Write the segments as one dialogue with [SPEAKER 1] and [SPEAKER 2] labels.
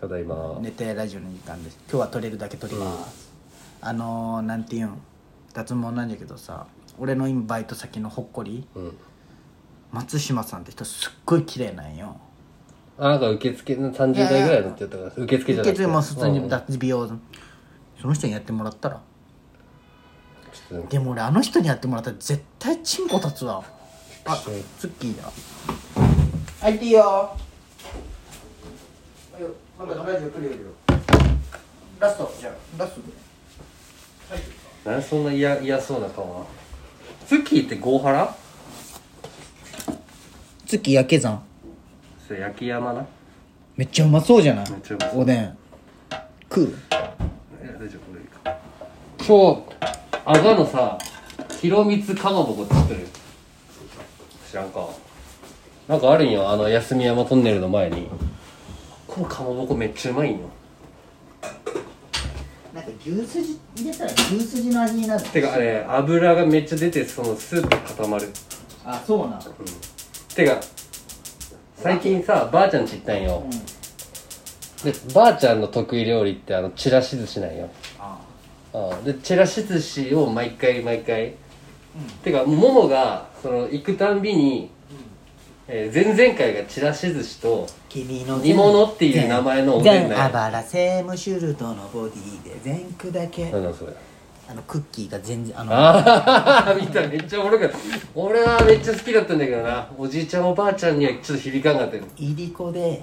[SPEAKER 1] ただいま
[SPEAKER 2] 熱帯夜ラジオの時間です今日は撮れるだけ撮ります、あのー、なんていうん脱毛なんだけどさ俺の今バイト先のほっこり
[SPEAKER 1] うん
[SPEAKER 2] 松島さんって人すっごい綺麗なんよ
[SPEAKER 1] あなんか受付の30代ぐらいのって言ったから受付じゃなくて
[SPEAKER 2] 受付も普通
[SPEAKER 1] う
[SPEAKER 2] に
[SPEAKER 1] んちょっ
[SPEAKER 2] 脱美容その人にやってもらったら
[SPEAKER 1] とでも
[SPEAKER 2] でも俺あの人にやってもらったら絶対チンコ立つわあ
[SPEAKER 1] そう
[SPEAKER 2] ツッキーだ入っていいよなんかラジオ来るよラストじゃあラスト
[SPEAKER 1] なんでそんな嫌嫌そうな顔はツッキーってゴーハラ
[SPEAKER 2] ツッキーやけざん
[SPEAKER 1] それ焼き山ない
[SPEAKER 2] めっちゃうまそうじゃない
[SPEAKER 1] めっちゃうまそう
[SPEAKER 2] おでん食う
[SPEAKER 1] や大丈夫これいいか今日あがのさひろみつかまぼこって知ってる知らんかなんかあるんよあの休み山トンネルの前にこのかまぼこめっちゃうまいんよ
[SPEAKER 2] なんか牛すじ入れたら牛すじの味になる
[SPEAKER 1] てかあれ油がめっちゃ出てそのスープ固まる
[SPEAKER 2] あそうな
[SPEAKER 1] てか最近さばあちゃんち行ったんよ、でばあちゃんの得意料理ってあのちらし寿司なんよ
[SPEAKER 2] あ
[SPEAKER 1] あでちらし寿司を毎回毎回、てかももがその行くたんびに、えー前々回がちらし寿司と
[SPEAKER 2] 君の
[SPEAKER 1] 煮物っていう名前のおでんだ
[SPEAKER 2] 全
[SPEAKER 1] よ
[SPEAKER 2] あばらセムシュルトのボディで全区だけ
[SPEAKER 1] なんだそれ
[SPEAKER 2] あのクッキーが全然あの
[SPEAKER 1] ああ見ためっちゃおもろかった俺はめっちゃ好きだったんだけどなおじいちゃんおばあちゃんにはちょっと響かんかったよ
[SPEAKER 2] いりこで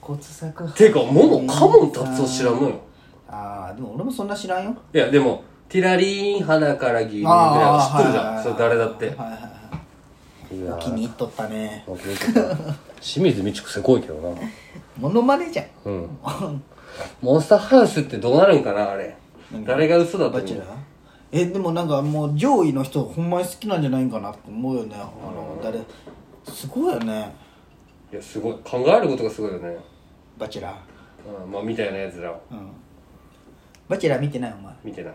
[SPEAKER 2] 骨作
[SPEAKER 1] てかももカモン達夫知らんのよ
[SPEAKER 2] ああでも俺もそんな知らんよ
[SPEAKER 1] いやでもティラリーン花から牛乳ぐらいは知ってるじゃんそれ誰だって
[SPEAKER 2] はいはいはい
[SPEAKER 1] いや
[SPEAKER 2] お気に入っとったね
[SPEAKER 1] もう気に入ってた清水美智子せこいけどな
[SPEAKER 2] モノマネじゃん
[SPEAKER 1] うんモンスターハウスってどうなるんかなあれ誰が嘘だと
[SPEAKER 2] バ
[SPEAKER 1] 思
[SPEAKER 2] チェラ
[SPEAKER 1] う
[SPEAKER 2] ーえでもなんかもう上位の人ほんまに好きなんじゃないんかなって思うよねあの誰すごいよね
[SPEAKER 1] いやすごい考えることがすごいよね、
[SPEAKER 2] バチェラー
[SPEAKER 1] うん、まあみたいなやつらを
[SPEAKER 2] うんバチェラー見てないお前
[SPEAKER 1] 見てない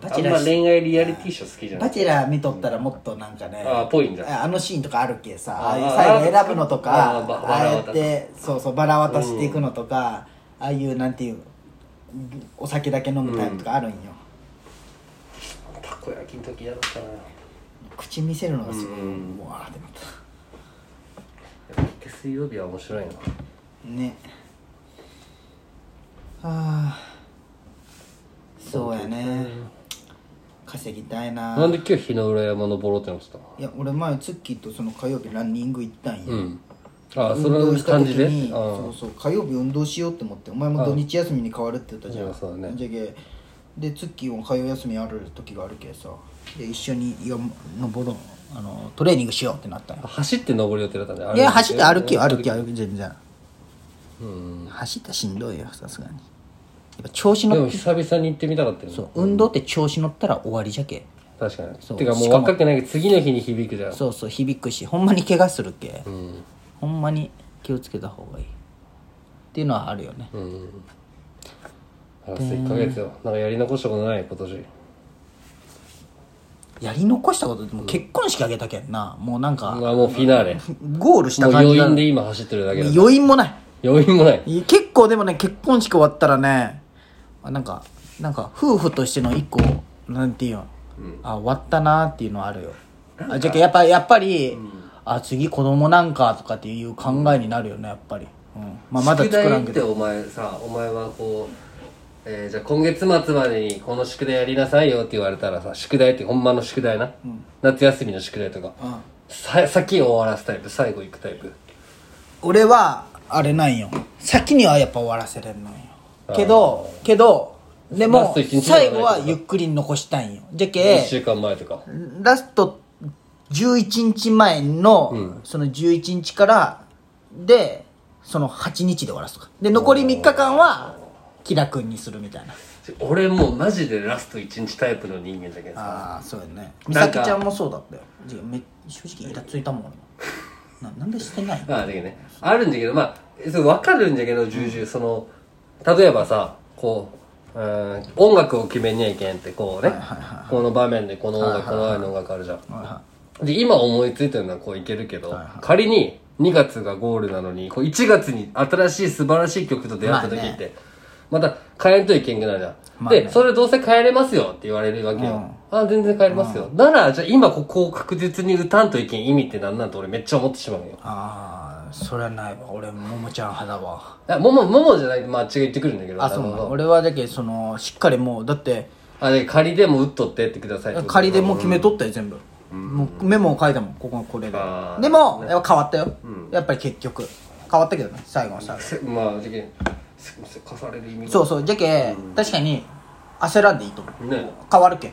[SPEAKER 2] バ
[SPEAKER 1] あ
[SPEAKER 2] チ
[SPEAKER 1] ん
[SPEAKER 2] ェ
[SPEAKER 1] ま
[SPEAKER 2] ラー
[SPEAKER 1] 恋愛リアリティショー好きじゃな
[SPEAKER 2] バ
[SPEAKER 1] い
[SPEAKER 2] チェラー見とったらもっとなんかね
[SPEAKER 1] ああぽいんだ
[SPEAKER 2] ああのシーンとかあるけさ
[SPEAKER 1] あ
[SPEAKER 2] ああいう
[SPEAKER 1] あ
[SPEAKER 2] 最後選ぶのとか
[SPEAKER 1] ああば
[SPEAKER 2] ああやっ
[SPEAKER 1] バラ
[SPEAKER 2] てそうそうバラ渡していくのとか、ああいうなんていうお酒だけ飲むタイプとかあるんよ、
[SPEAKER 1] たこ焼きの時やろうかな
[SPEAKER 2] 口見せるのがすごい、
[SPEAKER 1] うん
[SPEAKER 2] もうああでも
[SPEAKER 1] やっぱ水曜日は面白いな
[SPEAKER 2] ねはあそうやね稼ぎたいな
[SPEAKER 1] なんで今日日の浦山登ろうって思ってたの
[SPEAKER 2] いや俺前ツッキーとその火曜日ランニング行ったんよ、
[SPEAKER 1] うんああそ
[SPEAKER 2] 運動
[SPEAKER 1] の
[SPEAKER 2] した
[SPEAKER 1] 感
[SPEAKER 2] 時
[SPEAKER 1] じで
[SPEAKER 2] に
[SPEAKER 1] ああ
[SPEAKER 2] そうそう火曜日運動しようって思ってお前も土日休みに変わるって言ったじゃ
[SPEAKER 1] うんんそうだね
[SPEAKER 2] じゃけでツッキーも火曜休みある時があるけさで一緒によ登ろうあのトレーニングしようってなったんよ
[SPEAKER 1] 走って登る予定だったね
[SPEAKER 2] いや走って歩きよ
[SPEAKER 1] ある
[SPEAKER 2] 歩きよ歩き全然
[SPEAKER 1] うん
[SPEAKER 2] 走ったらしんどいよさすがにやっぱ調
[SPEAKER 1] で
[SPEAKER 2] 子乗
[SPEAKER 1] も
[SPEAKER 2] っ
[SPEAKER 1] 久々に行ってみたかったよね
[SPEAKER 2] そう運動って調子乗ったら終わりじゃけ
[SPEAKER 1] 確かに
[SPEAKER 2] そう
[SPEAKER 1] てかも
[SPEAKER 2] し
[SPEAKER 1] う
[SPEAKER 2] かも
[SPEAKER 1] 若くないけど次の日に響くじゃん
[SPEAKER 2] そうそう響くしほんまに怪我するけ、
[SPEAKER 1] ん
[SPEAKER 2] ほんまに気をつけた方がいいっていうのはあるよね、
[SPEAKER 1] うんあと1ヶ月よなんかやり残したことない今年
[SPEAKER 2] やり残したことでも結婚式あげたけんな、もうなん
[SPEAKER 1] あ
[SPEAKER 2] か
[SPEAKER 1] もうフィナーレ
[SPEAKER 2] ゴールした
[SPEAKER 1] もう
[SPEAKER 2] 感じ
[SPEAKER 1] 余
[SPEAKER 2] だ
[SPEAKER 1] 韻で今走ってるだけだ
[SPEAKER 2] 余韻もない
[SPEAKER 1] 余韻もない
[SPEAKER 2] い結構でもね結婚式終わったらねあなんかなんか夫婦としての一個なんていうの、あ終わったなっていうのはあるよあじゃあやっぱやっぱり、あ次子供なんかとかっていう考えになるよねやっぱり、うんまあ、まだ
[SPEAKER 1] 宿
[SPEAKER 2] 作ら
[SPEAKER 1] 題
[SPEAKER 2] ん
[SPEAKER 1] っ
[SPEAKER 2] け
[SPEAKER 1] て
[SPEAKER 2] ど
[SPEAKER 1] お前さお前はこう、えーじゃあ今月末までにこの宿題やりなさいよって言われたらさ宿題ってほんまの宿題な、夏休みの宿題とか、
[SPEAKER 2] ん
[SPEAKER 1] さ先を終わらすタイプ最後行くタイプ
[SPEAKER 2] 俺はあれなんよ先にはやっぱ終わらせれんのよけどけどで
[SPEAKER 1] ラ
[SPEAKER 2] も
[SPEAKER 1] スト一日じゃない
[SPEAKER 2] 最
[SPEAKER 1] とか
[SPEAKER 2] 後はゆっくり残したいんよじゃ
[SPEAKER 1] 1
[SPEAKER 2] け
[SPEAKER 1] 週間前とか
[SPEAKER 2] ラスト11日前の、その11日からでその8日で終わらすとかで残り3日間は気楽にするみたいな
[SPEAKER 1] 俺もうマジでラスト1日タイプの人間だけどさ
[SPEAKER 2] ああそうやね美
[SPEAKER 1] なんか
[SPEAKER 2] 咲ちゃんもそうだったよじゃあめ正直イラついたもん俺ななんでしてないの
[SPEAKER 1] まあだけどねあるんだけどまあそれ分かるんだけど重々その例えばさこううん音楽を決めにゃいけんってこうねこの場面でこの音楽この場面の音楽あるじゃんで今思いついてるのはこういけるけど仮に2月がゴールなのに、こう1月に新しい素晴らしい曲と出会った時って、また変えんといけんくなるやん。
[SPEAKER 2] まあね
[SPEAKER 1] で、それどうせ変えれますよって言われるわけよ。あ、全然変えれますよ。なら、じゃあ今ここを確実に歌んといけん意味ってなんなんと俺めっちゃ思ってしまうよ。
[SPEAKER 2] ああそれはないわ俺ももちゃん派だわ
[SPEAKER 1] あ、もも、ももじゃない、まあ違う言ってくるんだけど。
[SPEAKER 2] あそうなの
[SPEAKER 1] の。
[SPEAKER 2] 俺はだけどそのしっかりもうだって
[SPEAKER 1] あ、で、仮でも打っとってってくださいってこと
[SPEAKER 2] 仮でもう決めとったよ全部、もうメモを書いたもんここはこれで
[SPEAKER 1] あー
[SPEAKER 2] でもやっぱ変わったよ、やっぱり結局変わったけどね最後の最後
[SPEAKER 1] せまあ、じゃけん、せ、せかされる意味が。
[SPEAKER 2] そうそうじゃけ、確かに焦らんでいいと思う
[SPEAKER 1] ね
[SPEAKER 2] 変わるけん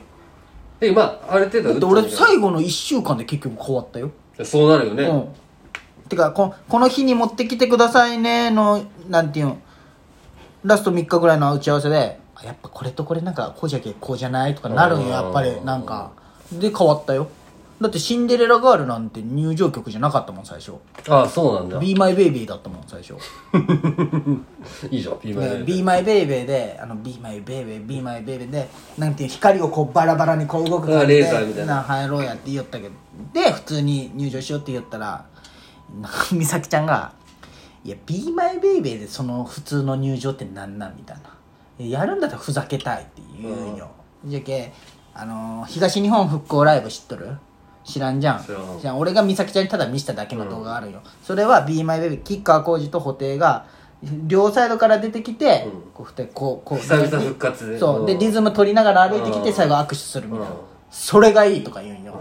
[SPEAKER 1] で、まあ、ある程度打
[SPEAKER 2] だ
[SPEAKER 1] っ
[SPEAKER 2] っ
[SPEAKER 1] と
[SPEAKER 2] て
[SPEAKER 1] る
[SPEAKER 2] 俺
[SPEAKER 1] けど
[SPEAKER 2] 最後の1週間で結局変わったよ、
[SPEAKER 1] そうなるよね。
[SPEAKER 2] うんてかここの日に持ってきてくださいねのなんていうんラスト3日ぐらいの打ち合わせであやっぱこれとこれなんかこうじゃけこうじゃないとかなるんよ
[SPEAKER 1] あー
[SPEAKER 2] やっぱりなんかで変わったよだってシンデレラガールなんて入場曲じゃなかったもん最初
[SPEAKER 1] ああ、そうなん
[SPEAKER 2] 「
[SPEAKER 1] だ。
[SPEAKER 2] BeMyBaby」だったもん最初
[SPEAKER 1] いいじゃん、ピーマ
[SPEAKER 2] ね
[SPEAKER 1] ン。
[SPEAKER 2] Be My Baby で、あの、Be My Baby, Be My Baby で、なんていう光をこうバラバラにこう動く感
[SPEAKER 1] あ
[SPEAKER 2] じで、
[SPEAKER 1] レーザーみたいな
[SPEAKER 2] 入ろうやって言おったけど、で、普通に入場しようって言ったら、 なんか美咲ちゃんが、いや、Be My Baby でその普通の入場ってなんなんみたいな。やるんだったらふざけたいって言うんよ。じゃけ、あのー東日本復興ライブ知っとる知らんじゃん。
[SPEAKER 1] 知らん
[SPEAKER 2] じゃあ俺が美咲ちゃんにただ見せただけの動画があるよ、それは BeMyBaby キッカー工事と布袋が両サイドから出てきて、こう二人こうこう
[SPEAKER 1] 久々復活で
[SPEAKER 2] そうでリズム取りながら歩いてきて最後握手するみたいな、
[SPEAKER 1] うん
[SPEAKER 2] それがいいとか言うんよ、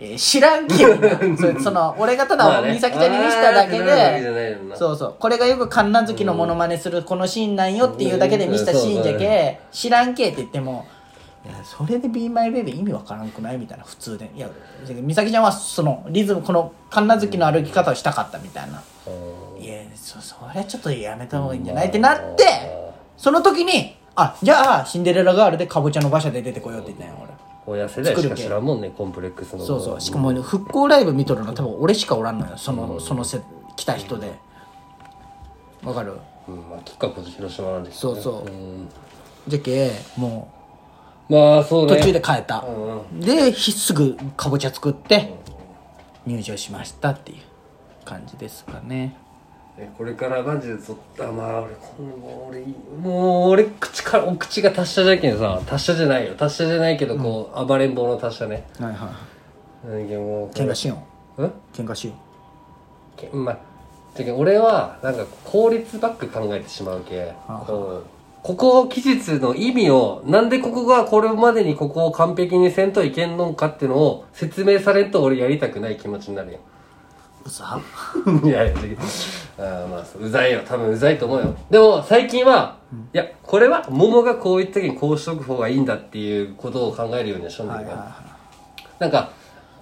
[SPEAKER 2] えー知らんけどな それその俺がた
[SPEAKER 1] ま
[SPEAKER 2] だ
[SPEAKER 1] あね
[SPEAKER 2] 美咲ちゃんに見せただけ
[SPEAKER 1] あーってなるわけじゃない
[SPEAKER 2] で
[SPEAKER 1] よな
[SPEAKER 2] そうそうこれがよく観覧好きのモノマネするこのシーンなんよっていうだけで見せたシ
[SPEAKER 1] う
[SPEAKER 2] ーンじゃ
[SPEAKER 1] んそうそう
[SPEAKER 2] け知らんけって言ってもいやそれで BeMyBaby 意味わからんくないみたいな普通でいや美咲ちゃんはそのリズムこの観覧好きの歩き方をしたかったみたいな、いやそそれはちょっとやめた方がいいんじゃないってなってその時にあじゃあシンデレラガールでかぼちゃの馬車で出てこようって言ったんよ俺
[SPEAKER 1] 親世代しか知らんもんね、コンプレックスの。
[SPEAKER 2] そうそうしかもね復興ライブ見とるの多分俺しかおらんのよその,、そのせ来た人でわかる
[SPEAKER 1] うん。まあ、きっかけ広島なんですけど
[SPEAKER 2] そう
[SPEAKER 1] ね
[SPEAKER 2] そう、
[SPEAKER 1] ん
[SPEAKER 2] じゃけも
[SPEAKER 1] まあ、そう
[SPEAKER 2] う
[SPEAKER 1] ね。
[SPEAKER 2] 途中で変えた、
[SPEAKER 1] ん
[SPEAKER 2] でひすぐかぼちゃ作って入場しましたっていう感じですかね
[SPEAKER 1] えこれからマジでぞっあまあ俺こんもう俺もう俺口からお口が達者じゃけんさ達者じゃないよ達者じゃないけどこう、暴れん坊の達者ね
[SPEAKER 2] はいはい
[SPEAKER 1] なんやけんもう
[SPEAKER 2] 喧嘩しよ
[SPEAKER 1] うん
[SPEAKER 2] う喧嘩しよ
[SPEAKER 1] けまあじゃけん俺はなんか効率ばっか考えてしまうけこうここを期日の意味をなんでここがこれまでにここを完璧にせんといけんのんかってのを説明されんと俺やりたくない気持ちになるよ
[SPEAKER 2] ううざ
[SPEAKER 1] いやいや、あーまあそう、うざいよ。多分うざいと思うよ。でも、最近は、いや、これは、桃がこう言った時にこうしとく方がいいんだっていうことを考えるようにはしょんだけど、なんか、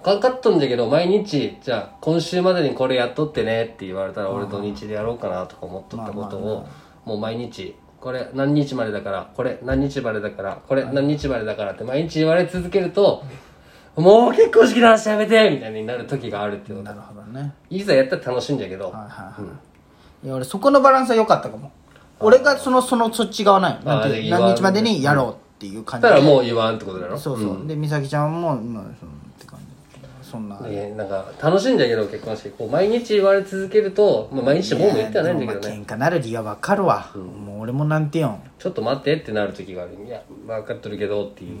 [SPEAKER 1] かかっとんじゃけど、毎日、じゃあ、今週までにこれやっとってねって言われたら、俺土日でやろうかなとか思っとったこと
[SPEAKER 2] まあまあ
[SPEAKER 1] を、もう毎日、これ何日までだから、これ何日までだから、これ何日までだからって毎日言われ続けると、もう結婚式の話やめてみたいになる時があるっていうこと
[SPEAKER 2] なるほどね
[SPEAKER 1] いざやったら楽しいんだけど、
[SPEAKER 2] はいはいはいいや俺そこのバランスは良かったかも俺がそのそのそっち側なんよなんて
[SPEAKER 1] で
[SPEAKER 2] 何日までにやろうっていう感じ
[SPEAKER 1] た
[SPEAKER 2] で
[SPEAKER 1] らもう言わんってことだろ
[SPEAKER 2] そうそう、で美咲ちゃんも今そのって感じそんな、
[SPEAKER 1] えなんか楽しいんだけど結婚式こう毎日言われ続けると、まあ、毎日もうも言ってはないんだけど
[SPEAKER 2] いやで
[SPEAKER 1] ね
[SPEAKER 2] もまあ喧嘩なる理由は分かるわ、もう俺もなんてよん
[SPEAKER 1] ちょっと待ってってなる時があるいや分かっとるけどっていう、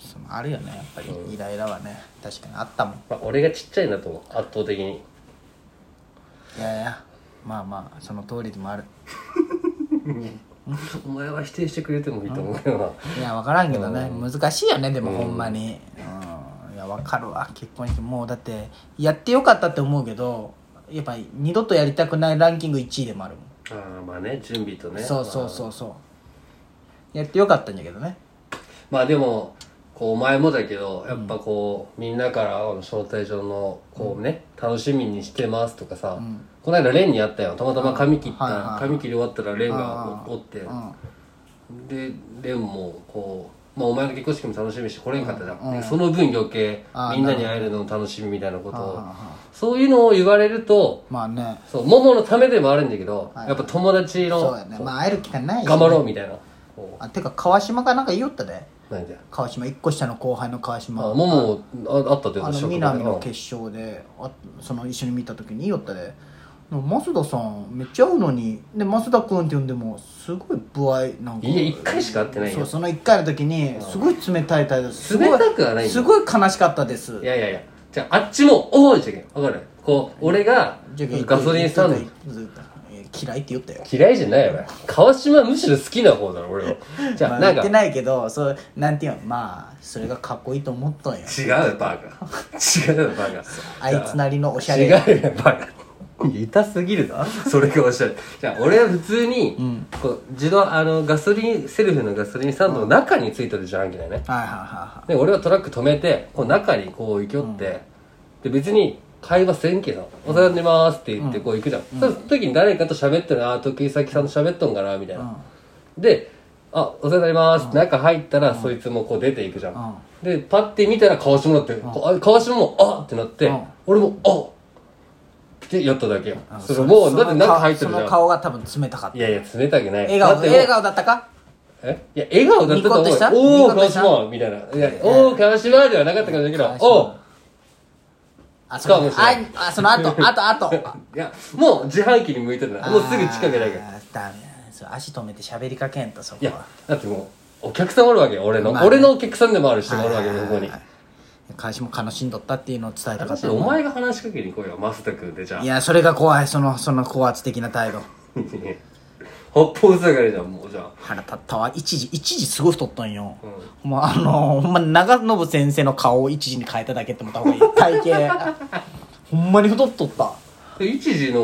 [SPEAKER 2] そのあるよねやっぱりイライラはね確かにあったもん
[SPEAKER 1] まあ、俺がちっちゃいなと思う圧倒的に
[SPEAKER 2] いやいやまあまあその通りでもある
[SPEAKER 1] お前は否定してくれてもいいと思うけどない
[SPEAKER 2] や分からんけどね、難しいよねでもほんまに、うんいや分かるわ結婚してもうだってやってよかったって思うけどやっぱ二度とやりたくないランキング1位でもあるもん、
[SPEAKER 1] ああまあね準備とね
[SPEAKER 2] そうそうそうそうやってよかったんだけどね
[SPEAKER 1] まあでもこうお前もだけどやっぱこう、みんなからあの招待状のこうね、楽しみにしてますとかさ、この間蓮にやったよたまたま髪切った、
[SPEAKER 2] はいはいはい
[SPEAKER 1] 髪切り終わったら蓮がおおって、
[SPEAKER 2] うん
[SPEAKER 1] で蓮もこう、まあ、お前の結婚式も楽しみにして来れんかったじゃん、でその分余計
[SPEAKER 2] あー
[SPEAKER 1] みんなに会えるのも楽しみみたいなこと
[SPEAKER 2] はあ
[SPEAKER 1] を
[SPEAKER 2] はあは
[SPEAKER 1] そういうのを言われると
[SPEAKER 2] まあね
[SPEAKER 1] そうもものためでもあるんだけど、やっぱ友達の
[SPEAKER 2] そうやねまあ会える機会ないし
[SPEAKER 1] 頑張ろうみたいなこう
[SPEAKER 2] あてか川島がなんか言いよったで
[SPEAKER 1] 何で
[SPEAKER 2] 川島一個下の後輩の川島
[SPEAKER 1] あももああったって
[SPEAKER 2] あの南の決勝であその一緒に見た時に言いよったで「増田さんめっちゃ合うのにで増田君」って呼んでもすごい不愛なんか
[SPEAKER 1] いや一回しか会ってない
[SPEAKER 2] そう
[SPEAKER 1] よ
[SPEAKER 2] その1回の時にすごい冷たい態度すご
[SPEAKER 1] 冷
[SPEAKER 2] い
[SPEAKER 1] たくはないよ
[SPEAKER 2] すごい悲しかったです
[SPEAKER 1] いやいやいやじゃああっちも「おお!」じゃけんわかるこう俺がガソリンスタンド
[SPEAKER 2] ド嫌いって言ったよ
[SPEAKER 1] 嫌いじゃないよ俺川島むしろ好きな方だろ俺はじゃ
[SPEAKER 2] ま
[SPEAKER 1] あ
[SPEAKER 2] あ
[SPEAKER 1] なん
[SPEAKER 2] 言っ
[SPEAKER 1] か
[SPEAKER 2] てないけどそうなんていうのまあそれがかっこいいと思っとんよ
[SPEAKER 1] 違うよバカ違うよバカ
[SPEAKER 2] あいつなりのおしゃ
[SPEAKER 1] 違
[SPEAKER 2] れ
[SPEAKER 1] うよバカ痛すぎるなそれがおしゃれじゃあ俺は普通に、こう自動あのガソリンセルフのガソリンスタンドの中についてる自販機だよね、
[SPEAKER 2] はいはいは
[SPEAKER 1] で俺はトラック止めてこう中にこう行きよって、で別に会話せんけど「お世話になります」って言ってこう行くじゃん、その時に誰かと喋ってるなあ得意先さんと喋っとんかなみたいな、で「あお世話になります」って中入ったらそいつもこう出ていくじゃん、でパッて見たら川島だって、こうあ川島も「あっ!」ってなって、
[SPEAKER 2] うん
[SPEAKER 1] 俺も「あっ!」ってやっただけよ
[SPEAKER 2] いはい
[SPEAKER 1] それもうだって
[SPEAKER 2] その
[SPEAKER 1] 中
[SPEAKER 2] 顔
[SPEAKER 1] 入ってるじ
[SPEAKER 2] そ
[SPEAKER 1] ゃ
[SPEAKER 2] の
[SPEAKER 1] ん
[SPEAKER 2] 顔が多分冷たかった
[SPEAKER 1] いやいや冷たくない
[SPEAKER 2] 笑顔
[SPEAKER 1] だってもう
[SPEAKER 2] 笑顔だったか
[SPEAKER 1] えいや、笑顔だったと
[SPEAKER 2] ニコッと
[SPEAKER 1] 思う
[SPEAKER 2] し
[SPEAKER 1] よ
[SPEAKER 2] た。
[SPEAKER 1] おお、
[SPEAKER 2] ニコッ
[SPEAKER 1] 川
[SPEAKER 2] とした
[SPEAKER 1] 島みたいな。いや、おお、川島ではなかったかもしれないけど、おお
[SPEAKER 2] あそ
[SPEAKER 1] かも
[SPEAKER 2] の
[SPEAKER 1] しれ
[SPEAKER 2] あ
[SPEAKER 1] ない
[SPEAKER 2] あその 後あとあと
[SPEAKER 1] いや、もう自販機に向いてるな。もうすぐ近くだけど。
[SPEAKER 2] あーダメだそう足止めて喋りかけんとそ
[SPEAKER 1] い
[SPEAKER 2] こ
[SPEAKER 1] や
[SPEAKER 2] は、
[SPEAKER 1] だってもう、お客さんおるわけよ、俺の。
[SPEAKER 2] まあね
[SPEAKER 1] 俺のお客さんでもある人がおるわけよ、
[SPEAKER 2] はい
[SPEAKER 1] 向こうに。
[SPEAKER 2] 会社も悲しんどったっていうのを伝えたかっ
[SPEAKER 1] 私、
[SPEAKER 2] た
[SPEAKER 1] お前が話しかけに来いよ、マスタ君でじゃあ
[SPEAKER 2] い。やそれが怖いそのその高圧的な態度
[SPEAKER 1] 八方塞がりじゃん、もうじゃあ。
[SPEAKER 2] 腹立ったわ一時一時すごい太ったんよ、まああのほんま長信先生の顔を一時に変えただけって思った方がいい体 型ほんまに太っとった
[SPEAKER 1] で一時の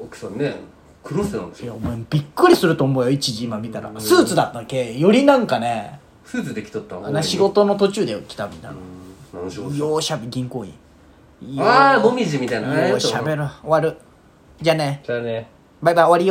[SPEAKER 1] 奥さんね、クロスなんです
[SPEAKER 2] いや
[SPEAKER 1] よ。
[SPEAKER 2] お前びっくりすると思うよ一時今見たらスーツだったけよりなんかね
[SPEAKER 1] スーツで着とった
[SPEAKER 2] あの仕。事の途中で来たみたい
[SPEAKER 1] 何の仕
[SPEAKER 2] な
[SPEAKER 1] 事
[SPEAKER 2] ようしゃべ銀行員よ
[SPEAKER 1] ああ、もみじみたいな。
[SPEAKER 2] うしゃべる終わるじゃあね
[SPEAKER 1] じゃあね。
[SPEAKER 2] バイバイ終わりよ